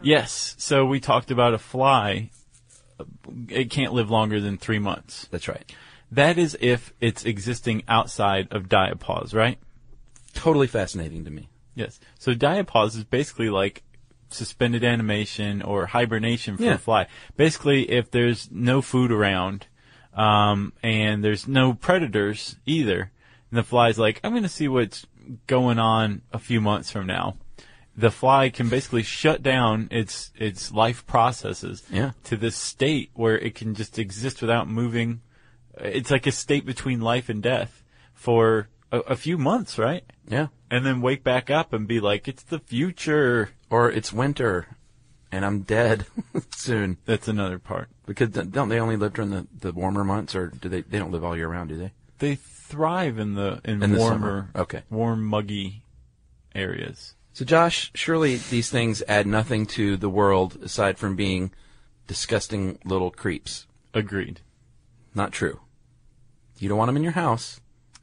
[SPEAKER 5] Yes. So we talked about a fly. It can't live longer than three months.
[SPEAKER 1] That's right.
[SPEAKER 5] That is if it's existing outside of diapause, right?
[SPEAKER 1] Totally fascinating to me.
[SPEAKER 5] Yes. So diapause is basically like suspended animation or hibernation for
[SPEAKER 1] Yeah.
[SPEAKER 5] a fly. Basically, if there's no food around, um, and there's no predators either, and the fly's like, I'm going to see what's going on a few months from now. The fly can basically shut down its its life processes
[SPEAKER 1] Yeah.
[SPEAKER 5] to this state where it can just exist without moving. It's like a state between life and death for a, a few months, right?
[SPEAKER 1] Yeah.
[SPEAKER 5] and then wake back up and be like, it's the future.
[SPEAKER 1] Or it's winter, and I'm dead [laughs] soon.
[SPEAKER 5] That's another part.
[SPEAKER 1] Because th- don't they only live during the, the warmer months, or do they? They don't live all year round, do they?
[SPEAKER 5] They thrive in the in,
[SPEAKER 1] In the
[SPEAKER 5] warmer,
[SPEAKER 1] summer. Okay.
[SPEAKER 5] warm, muggy areas.
[SPEAKER 1] So, Josh, surely these things add nothing to the world aside from being disgusting little creeps.
[SPEAKER 5] Agreed.
[SPEAKER 1] Not true. You don't want them in your house.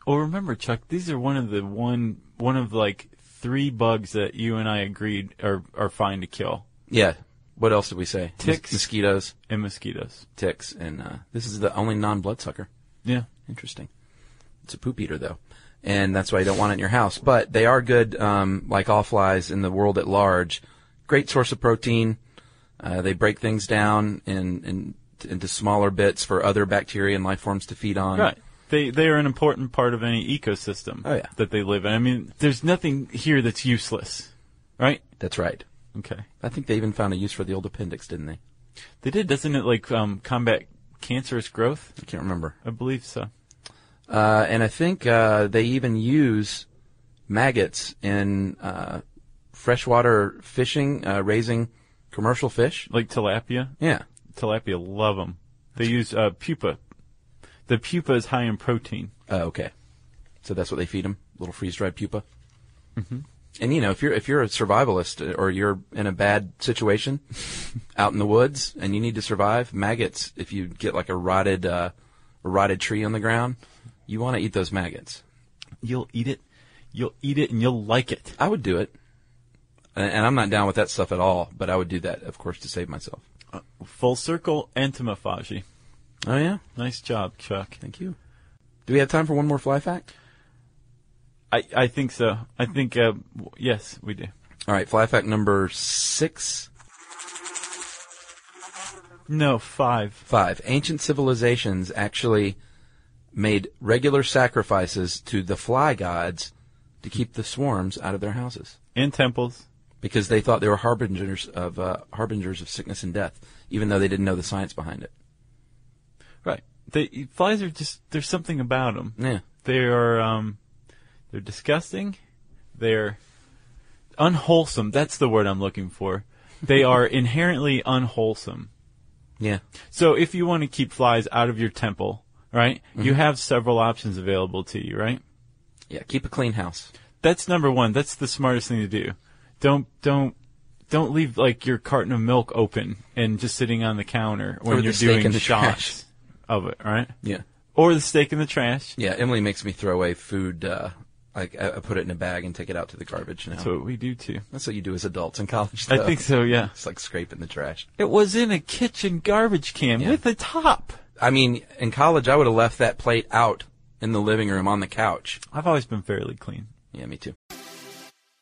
[SPEAKER 5] Well, remember, Chuck, these are one of the one one of like three bugs that you and I agreed are are fine to kill,
[SPEAKER 1] Yeah. What else did we say? Mos-
[SPEAKER 5] Ticks.
[SPEAKER 1] mosquitoes,
[SPEAKER 5] and mosquitoes.
[SPEAKER 1] ticks, and uh, this is the only non-bloodsucker.
[SPEAKER 5] Yeah.
[SPEAKER 1] Interesting. It's a poop eater though, and that's why you don't want it in your house. But they are good, um, like all flies in the world at large. Great source of protein. Uh, they break things down in, in into smaller bits for other bacteria and life forms to feed on.
[SPEAKER 5] Right. They they are an important part of any ecosystem
[SPEAKER 1] Oh, yeah.
[SPEAKER 5] that they live in. I mean, there's nothing here that's useless, right?
[SPEAKER 1] That's right.
[SPEAKER 5] Okay.
[SPEAKER 1] I think they even found a use for the old appendix, didn't they?
[SPEAKER 5] They did, doesn't it? Like um, combat cancerous growth.
[SPEAKER 1] I can't remember.
[SPEAKER 5] I believe so.
[SPEAKER 1] Uh, and I think uh, they even use maggots in uh, freshwater fishing, uh, raising commercial fish.
[SPEAKER 5] like tilapia.
[SPEAKER 1] Yeah.
[SPEAKER 5] Tilapia love them. They use uh, pupa. The pupa is high in protein.
[SPEAKER 1] Oh, okay. So that's what they feed them, little freeze-dried pupa. Mm-hmm. And you know, if you're if you're a survivalist uh, or you're in a bad [laughs] situation, out in the woods and you need to survive, maggots. If you get like a rotted uh, a rotted tree on the ground, you want to eat those maggots.
[SPEAKER 5] You'll eat it. You'll eat it and you'll like it.
[SPEAKER 1] I would do it, and, and I'm not down with that stuff at all. But I would do that, of course, to save myself.
[SPEAKER 5] Full circle entomophagy.
[SPEAKER 1] Oh yeah,
[SPEAKER 5] Nice job, Chuck.
[SPEAKER 1] thank you. Do we have time for one more fly fact?
[SPEAKER 5] I, I think so. I think, uh, w- yes, we do.
[SPEAKER 1] All right, fly fact number six.
[SPEAKER 5] No, five.
[SPEAKER 1] Five, ancient civilizations actually made regular sacrifices to the fly gods to keep the swarms out of their houses
[SPEAKER 5] And temples.
[SPEAKER 1] because they thought they were harbingers of uh, harbingers of sickness and death, even though they didn't know the science behind it.
[SPEAKER 5] Right. They, flies are just, there's something about them.
[SPEAKER 1] Yeah,
[SPEAKER 5] They are, um, they're disgusting. They're unwholesome. That's the word I'm looking for.
[SPEAKER 1] [laughs]
[SPEAKER 5] They are inherently unwholesome.
[SPEAKER 1] yeah,
[SPEAKER 5] So if you want to keep flies out of your temple, right,
[SPEAKER 1] Mm-hmm.
[SPEAKER 5] you have several options available to you, right?
[SPEAKER 1] yeah. Keep a clean house.
[SPEAKER 5] That's number one. That's the smartest thing to do. Don't don't don't leave like your carton of milk open and just sitting on the counter when
[SPEAKER 1] Or the
[SPEAKER 5] you're
[SPEAKER 1] steak
[SPEAKER 5] doing
[SPEAKER 1] in the
[SPEAKER 5] shots of it, right?
[SPEAKER 1] Yeah,
[SPEAKER 5] Or the steak in the trash.
[SPEAKER 1] yeah. Emily makes me throw away food. Uh, I, I I put it in a bag and take it out to the garbage now.
[SPEAKER 5] That's what we do too.
[SPEAKER 1] That's what you do as adults in college.
[SPEAKER 5] I
[SPEAKER 1] though.
[SPEAKER 5] think so, yeah.
[SPEAKER 1] It's like scraping the trash.
[SPEAKER 5] It was in a kitchen garbage can
[SPEAKER 1] Yeah.
[SPEAKER 5] with a top.
[SPEAKER 1] I mean, in college, I would have left that plate out in the living room on the couch.
[SPEAKER 5] I've always been fairly clean.
[SPEAKER 1] Yeah, me too.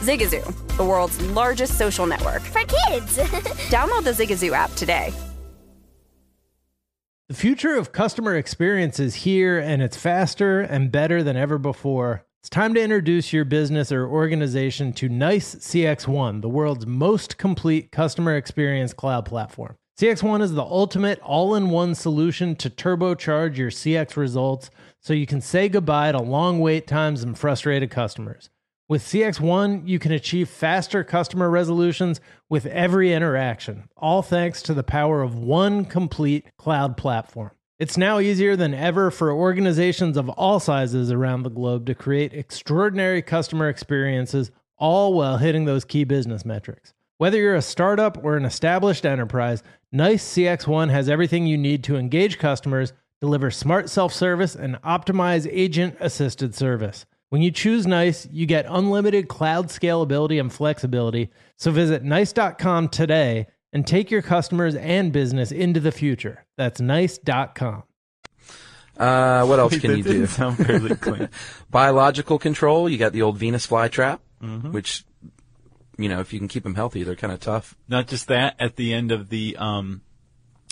[SPEAKER 6] Zigazoo, the world's largest social network.
[SPEAKER 3] For kids. [laughs]
[SPEAKER 6] Download the Zigazoo app today.
[SPEAKER 4] The future of customer experience is here and it's faster and better than ever before. It's time to introduce your business or organization to NICE CX1, the world's most complete customer experience cloud platform. CX1 is the ultimate all in one solution to turbocharge your CX results so you can say goodbye to long wait times and frustrated customers. With CX1, you can achieve faster customer resolutions with every interaction, all thanks to the power of one complete cloud platform. It's now easier than ever for organizations of all sizes around the globe to create extraordinary customer experiences, all while hitting those key business metrics. Whether you're a startup or an established enterprise, NICE CX1 has everything you need to engage customers, deliver smart self service, and optimize agent assisted service. When you choose NICE, you get unlimited cloud scalability and flexibility. So visit nice.com today and take your customers and business into the future. That's nice.com.
[SPEAKER 1] Uh, what else can
[SPEAKER 5] that
[SPEAKER 1] you
[SPEAKER 5] didn't [laughs]
[SPEAKER 1] do?
[SPEAKER 5] sound fairly clean.
[SPEAKER 1] Biological control. You got the old Venus flytrap,
[SPEAKER 5] Mm-hmm.
[SPEAKER 1] which, you know, if you can keep them healthy, they're kind of tough.
[SPEAKER 5] Not just that, at the end of the um,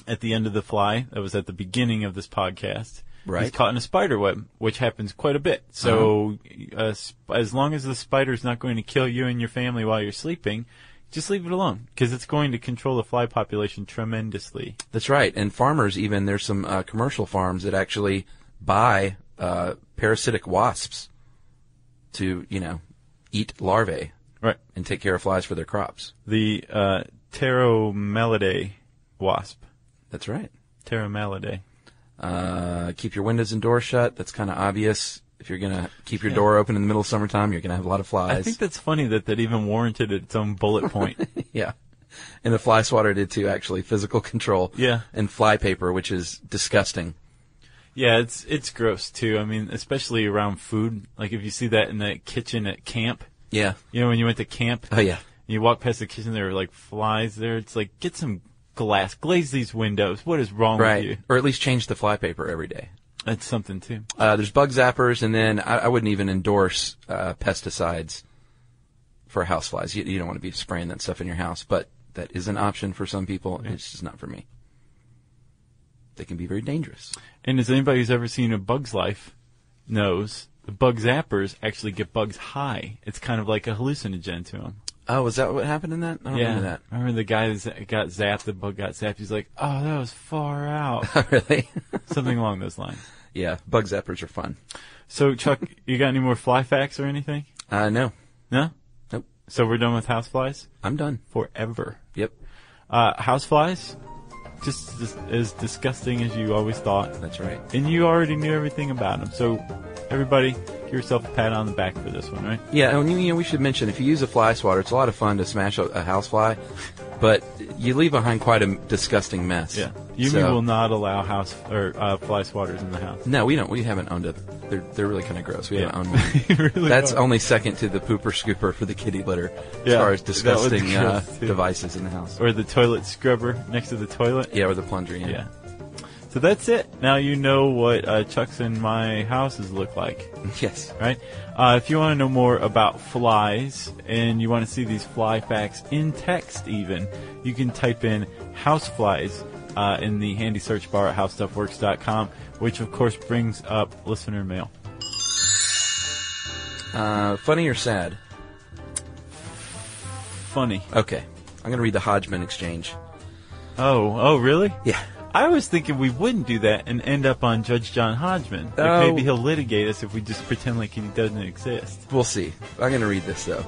[SPEAKER 5] at the end of the fly that was at the beginning of this podcast.
[SPEAKER 1] Right.
[SPEAKER 5] He's caught in a spider web, which happens quite a bit. So,
[SPEAKER 1] Uh-huh.
[SPEAKER 5] uh, sp- as long as the spider's not going to kill you and your family while you're sleeping, just leave it alone because it's going to control the fly population tremendously.
[SPEAKER 1] That's right. And farmers, even there's some uh, commercial farms that actually buy uh, parasitic wasps to, you know, eat larvae
[SPEAKER 5] Right.
[SPEAKER 1] and take care of flies for their crops.
[SPEAKER 5] The uh, pteromelidae wasp.
[SPEAKER 1] That's right.
[SPEAKER 5] Pteromelidae.
[SPEAKER 1] Uh, keep your windows and doors shut. That's kind of obvious. If you're gonna keep your door open in the middle of summertime, you're gonna have a lot of flies.
[SPEAKER 5] I think that's funny that that even warranted its own bullet
[SPEAKER 1] [laughs]
[SPEAKER 5] point.
[SPEAKER 1] yeah. And the fly swatter did too, actually. Physical control.
[SPEAKER 5] Yeah.
[SPEAKER 1] And fly paper, which is disgusting.
[SPEAKER 5] yeah, it's it's gross too. I mean, especially around food. Like if you see that in the kitchen at camp,
[SPEAKER 1] Yeah.
[SPEAKER 5] you know, when you went to camp,
[SPEAKER 1] Oh yeah.
[SPEAKER 5] you walk past the kitchen, there are like flies there. It's like get some glass, glaze these windows. What is wrong with you?
[SPEAKER 1] Right. Or at least change the fly paper every day.
[SPEAKER 5] That's something too.
[SPEAKER 1] Uh, there's bug zappers, and then I, I wouldn't even endorse uh, pesticides for houseflies. You, you don't want to be spraying that stuff in your house, but that is an option for some people. It's just not for me. They can be very dangerous.
[SPEAKER 5] And as anybody who's ever seen a bug's life knows, the bug zappers actually get bugs high. It's kind of like a hallucinogen to them.
[SPEAKER 1] Oh, was that what happened in that? I don't remember [laughs] that.
[SPEAKER 5] I remember the guy that got zapped, the bug got zapped. He's like, oh, that was far out.
[SPEAKER 1] Oh, really? [laughs]
[SPEAKER 5] Something along those lines.
[SPEAKER 1] yeah, bug zappers are fun.
[SPEAKER 5] So, Chuck, you got any more fly facts or anything?
[SPEAKER 1] Uh, no,
[SPEAKER 5] No?
[SPEAKER 1] Nope.
[SPEAKER 5] So we're done with houseflies?
[SPEAKER 1] I'm done.
[SPEAKER 5] Forever.
[SPEAKER 1] Yep,
[SPEAKER 5] Uh, houseflies? Just, just as disgusting as you always thought.
[SPEAKER 1] that's right.
[SPEAKER 5] And you already knew everything about them. So, everybody, give yourself a pat on the back for this one, right?
[SPEAKER 1] Yeah, and you you know, we should mention if you use a fly swatter, it's a lot of fun to smash a, a housefly, but you leave behind quite a disgusting mess.
[SPEAKER 5] Yeah. Yumi
[SPEAKER 1] So-
[SPEAKER 5] will not allow house or uh, fly swatters in the house. [laughs]
[SPEAKER 1] No, we don't. We haven't owned a. They're they're really kind of gross. We haven't owned one.
[SPEAKER 5] You really
[SPEAKER 1] That's
[SPEAKER 5] are.
[SPEAKER 1] only second to the pooper scooper for the kitty litter as
[SPEAKER 5] Yeah,
[SPEAKER 1] far as
[SPEAKER 5] that was
[SPEAKER 1] disgusting uh,
[SPEAKER 5] gross, too.
[SPEAKER 1] devices in the house.
[SPEAKER 5] Or the toilet scrubber next to the toilet.
[SPEAKER 1] yeah, or the plunger. Yeah.
[SPEAKER 5] Yeah. So that's it. Now you know what uh, Chuck's and my houses look like,
[SPEAKER 1] [laughs] Yes.
[SPEAKER 5] right? Uh, if you want to know more about flies and you want to see these fly facts in text, even you can type in house flies uh, in the handy search bar at howstuffworks.com, which of course brings up listener mail.
[SPEAKER 1] Uh, funny or sad?
[SPEAKER 5] Funny.
[SPEAKER 1] Okay. I'm going to read the Hodgman exchange.
[SPEAKER 5] Oh, oh, really?
[SPEAKER 1] Yeah.
[SPEAKER 5] I was thinking we wouldn't do that and end up on Judge John Hodgman. Like
[SPEAKER 1] Oh.
[SPEAKER 5] maybe he'll litigate us if we just pretend like he doesn't exist.
[SPEAKER 1] We'll see. I'm going to read this, though.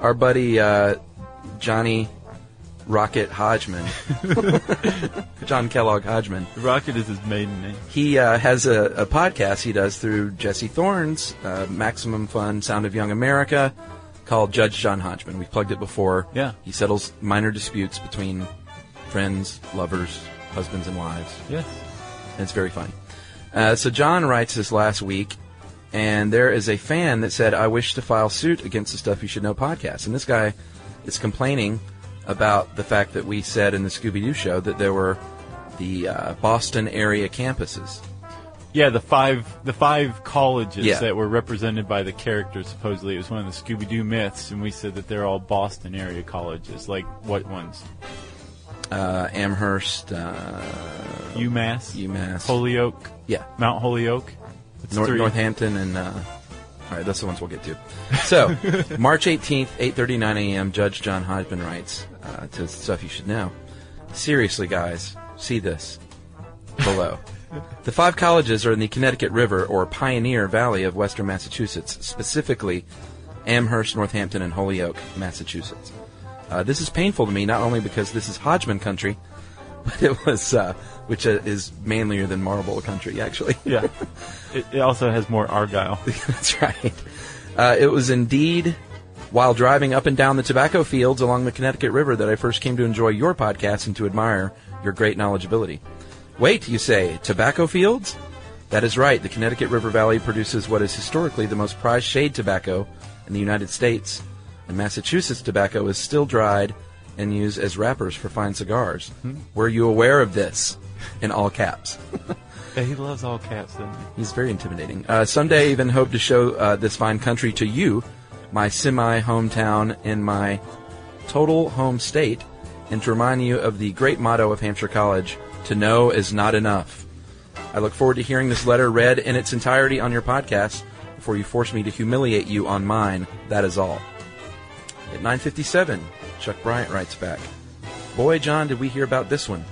[SPEAKER 1] Our buddy uh, Johnny Rocket Hodgman, John Kellogg Hodgman,
[SPEAKER 5] Rocket is his maiden name.
[SPEAKER 1] he uh, has a, a podcast he does through Jesse Thorne's uh, Maximum Fun Sound of Young America called Judge John Hodgman. We've plugged it before.
[SPEAKER 5] Yeah.
[SPEAKER 1] He settles minor disputes between friends, lovers, husbands, and wives.
[SPEAKER 5] Yes.
[SPEAKER 1] And it's very funny. Uh, so John writes this last week, and there is a fan that said, "I wish to file suit against the Stuff You Should Know podcast." And this guy is complaining about the fact that we said in the Scooby Doo show that there were the uh, Boston area campuses.
[SPEAKER 5] Yeah, the five the five colleges
[SPEAKER 1] Yeah.
[SPEAKER 5] that were represented by the characters supposedly it was one of the Scooby Doo myths, and we said that they're all Boston area colleges. Like what ones?
[SPEAKER 1] Uh, Amherst, uh,
[SPEAKER 5] UMass,
[SPEAKER 1] UMass.
[SPEAKER 5] Holyoke,
[SPEAKER 1] yeah,
[SPEAKER 5] Mount Holyoke. It's
[SPEAKER 1] Nor-
[SPEAKER 5] three.
[SPEAKER 1] Northampton, and uh, all right, that's the ones we'll get to. So,
[SPEAKER 5] [laughs]
[SPEAKER 1] March 18th, 8:39 a.m. Judge John Hodgman writes uh, to stuff you should know. Seriously, guys, see this
[SPEAKER 5] [laughs]
[SPEAKER 1] below. the five colleges are in the Connecticut River or Pioneer Valley of western Massachusetts, specifically Amherst, Northampton, and Holyoke, Massachusetts. Uh, this is painful to me not only because this is Hodgman country, [laughs] but it was uh, which uh, is manlier than Marble country actually.
[SPEAKER 5] [laughs] Yeah. it, it also has more
[SPEAKER 1] [laughs]
[SPEAKER 5] Argyle.
[SPEAKER 1] That's right. Uh, it was indeed while driving up and down the tobacco fields along the Connecticut River that I first came to enjoy your podcast and to admire your great knowledgeability. Wait, you say, tobacco fields? That is right. The Connecticut River Valley produces what is historically the most prized shade tobacco in the United States, and Massachusetts tobacco is still dried and used as wrappers for fine cigars. Were you aware of this? In all caps.
[SPEAKER 5] Yeah, he loves all cats, doesn't he?
[SPEAKER 1] He's very intimidating. Uh, someday, I even hope to show uh, this fine country to you, my semi hometown and my total home state, and to remind you of the great motto of Hampshire College to know is not enough. I look forward to hearing this letter read in its entirety on your podcast before you force me to humiliate you on mine. That is all. At 9:57, Chuck Bryant writes back. Boy, John, did we hear about this one.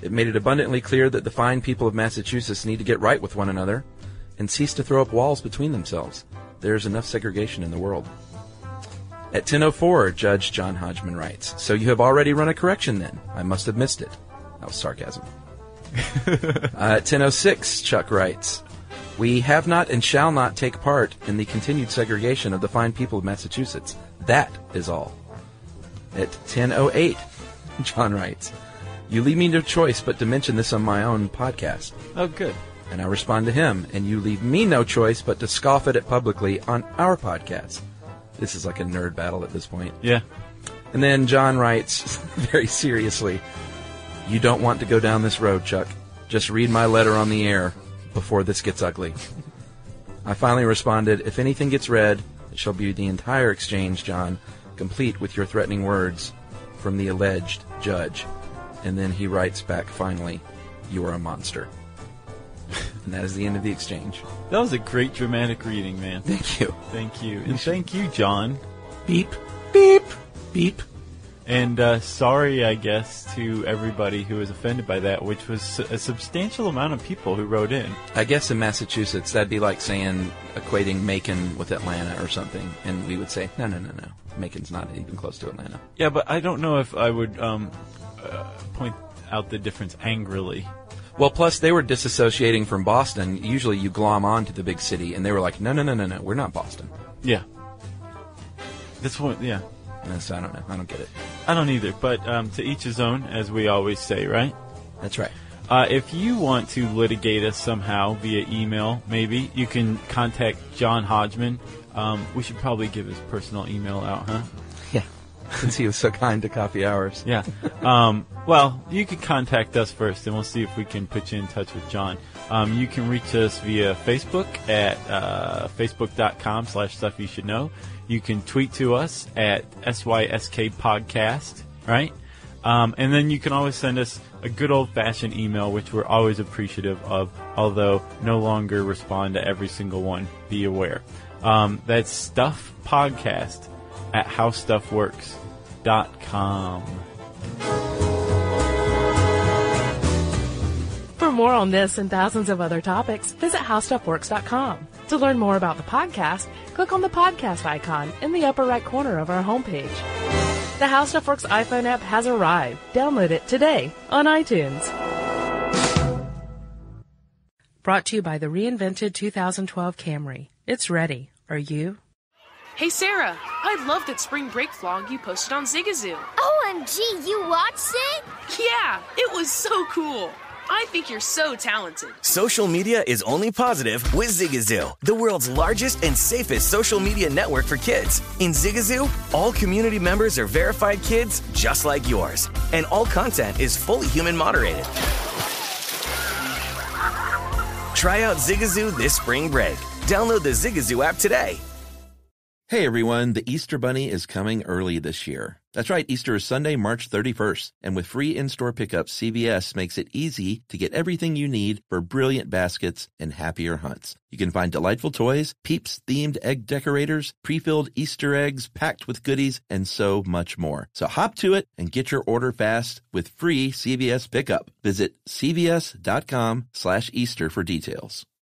[SPEAKER 1] It made it abundantly clear that the fine people of Massachusetts need to get right with one another and cease to throw up walls between themselves. There is enough segregation in the world. At 10:04, Judge John Hodgman writes, "So you have already run a correction then. I must have missed it." That was sarcasm. uh, at 10:06, Chuck writes, "We have not and shall not take part in the continued segregation of the fine people of Massachusetts. That is all." At 10:08, [laughs] John writes, you leave me no choice but to mention this on my own podcast.
[SPEAKER 5] Oh good.
[SPEAKER 1] And I respond to him, and you leave me no choice but to scoff at it publicly on our podcast. This is like a nerd battle at this point.
[SPEAKER 5] Yeah.
[SPEAKER 1] And then John writes [laughs] very seriously, You don't want to go down this road, Chuck. Just read my letter on the air before this gets ugly. I finally responded, If anything gets read, it shall be the entire exchange, John, complete with your threatening words from the alleged judge. And then he writes back finally, You are a monster. [laughs] and that is the end of the exchange.
[SPEAKER 5] That was a great dramatic reading, man.
[SPEAKER 1] Thank you.
[SPEAKER 5] Thank you. And thank you, John.
[SPEAKER 1] Beep, beep, beep.
[SPEAKER 5] And uh, sorry, I guess, to everybody who was offended by that, which was su- a substantial amount of people who wrote in.
[SPEAKER 1] I guess in Massachusetts, that'd be like saying equating Macon with Atlanta or something, and we would say, no, no, no, no, Macon's not even close to Atlanta.
[SPEAKER 5] Yeah, but I don't know if I would um, uh, point out the difference angrily.
[SPEAKER 1] Well, plus they were disassociating from Boston. Usually, you glom on to the big city, and they were like, no, no, no, no, no, we're not Boston.
[SPEAKER 5] Yeah. This one, yeah.
[SPEAKER 1] And so I don't know. I don't get it.
[SPEAKER 5] I don't either, but um, to each his own, as we always say, right?
[SPEAKER 1] That's right.
[SPEAKER 5] Uh, if you want to litigate us somehow via email, maybe, you can contact John Hodgman. Um, we should probably give his personal email out, huh?
[SPEAKER 1] Yeah. [laughs] Since he was so kind to coffee hours.
[SPEAKER 5] Yeah. Um, well, you could contact us first, and we'll see if we can put you in touch with John. Um, you can reach us via Facebook at uh, facebook.com slash stuff you should know. You can tweet to us at SYSK podcast, right? Um, and then you can always send us a good old fashioned email, which we're always appreciative of, although no longer respond to every single one. Be aware. Um, that's Stuff Podcast at HowStuffWorks.com.
[SPEAKER 2] For more on this and thousands of other topics, visit howstuffworks.com. To learn more about the podcast, click on the podcast icon in the upper right corner of our homepage. The How Stuff Works iPhone app has arrived. Download it today on iTunes. Brought to you by the reinvented 2012 Camry. It's ready. Are you? Hey Sarah, I love that spring break vlog you posted on Zigazoo.
[SPEAKER 3] OMG, you watched it?
[SPEAKER 2] Yeah, it was so cool. I think you're so talented.
[SPEAKER 8] Social media is only positive with Zigazoo, the world's largest and safest social media network for kids. In Zigazoo, all community members are verified kids just like yours, and all content is fully human moderated. Try out Zigazoo this spring break. Download the Zigazoo app today.
[SPEAKER 9] Hey everyone, the Easter Bunny is coming early this year. That's right, Easter is Sunday, March 31st, and with free in-store pickup, CVS makes it easy to get everything you need for brilliant baskets and happier hunts. You can find delightful toys, Peeps themed egg decorators, pre-filled Easter eggs packed with goodies, and so much more. So hop to it and get your order fast with free CVS pickup. Visit cvs.com slash Easter for details.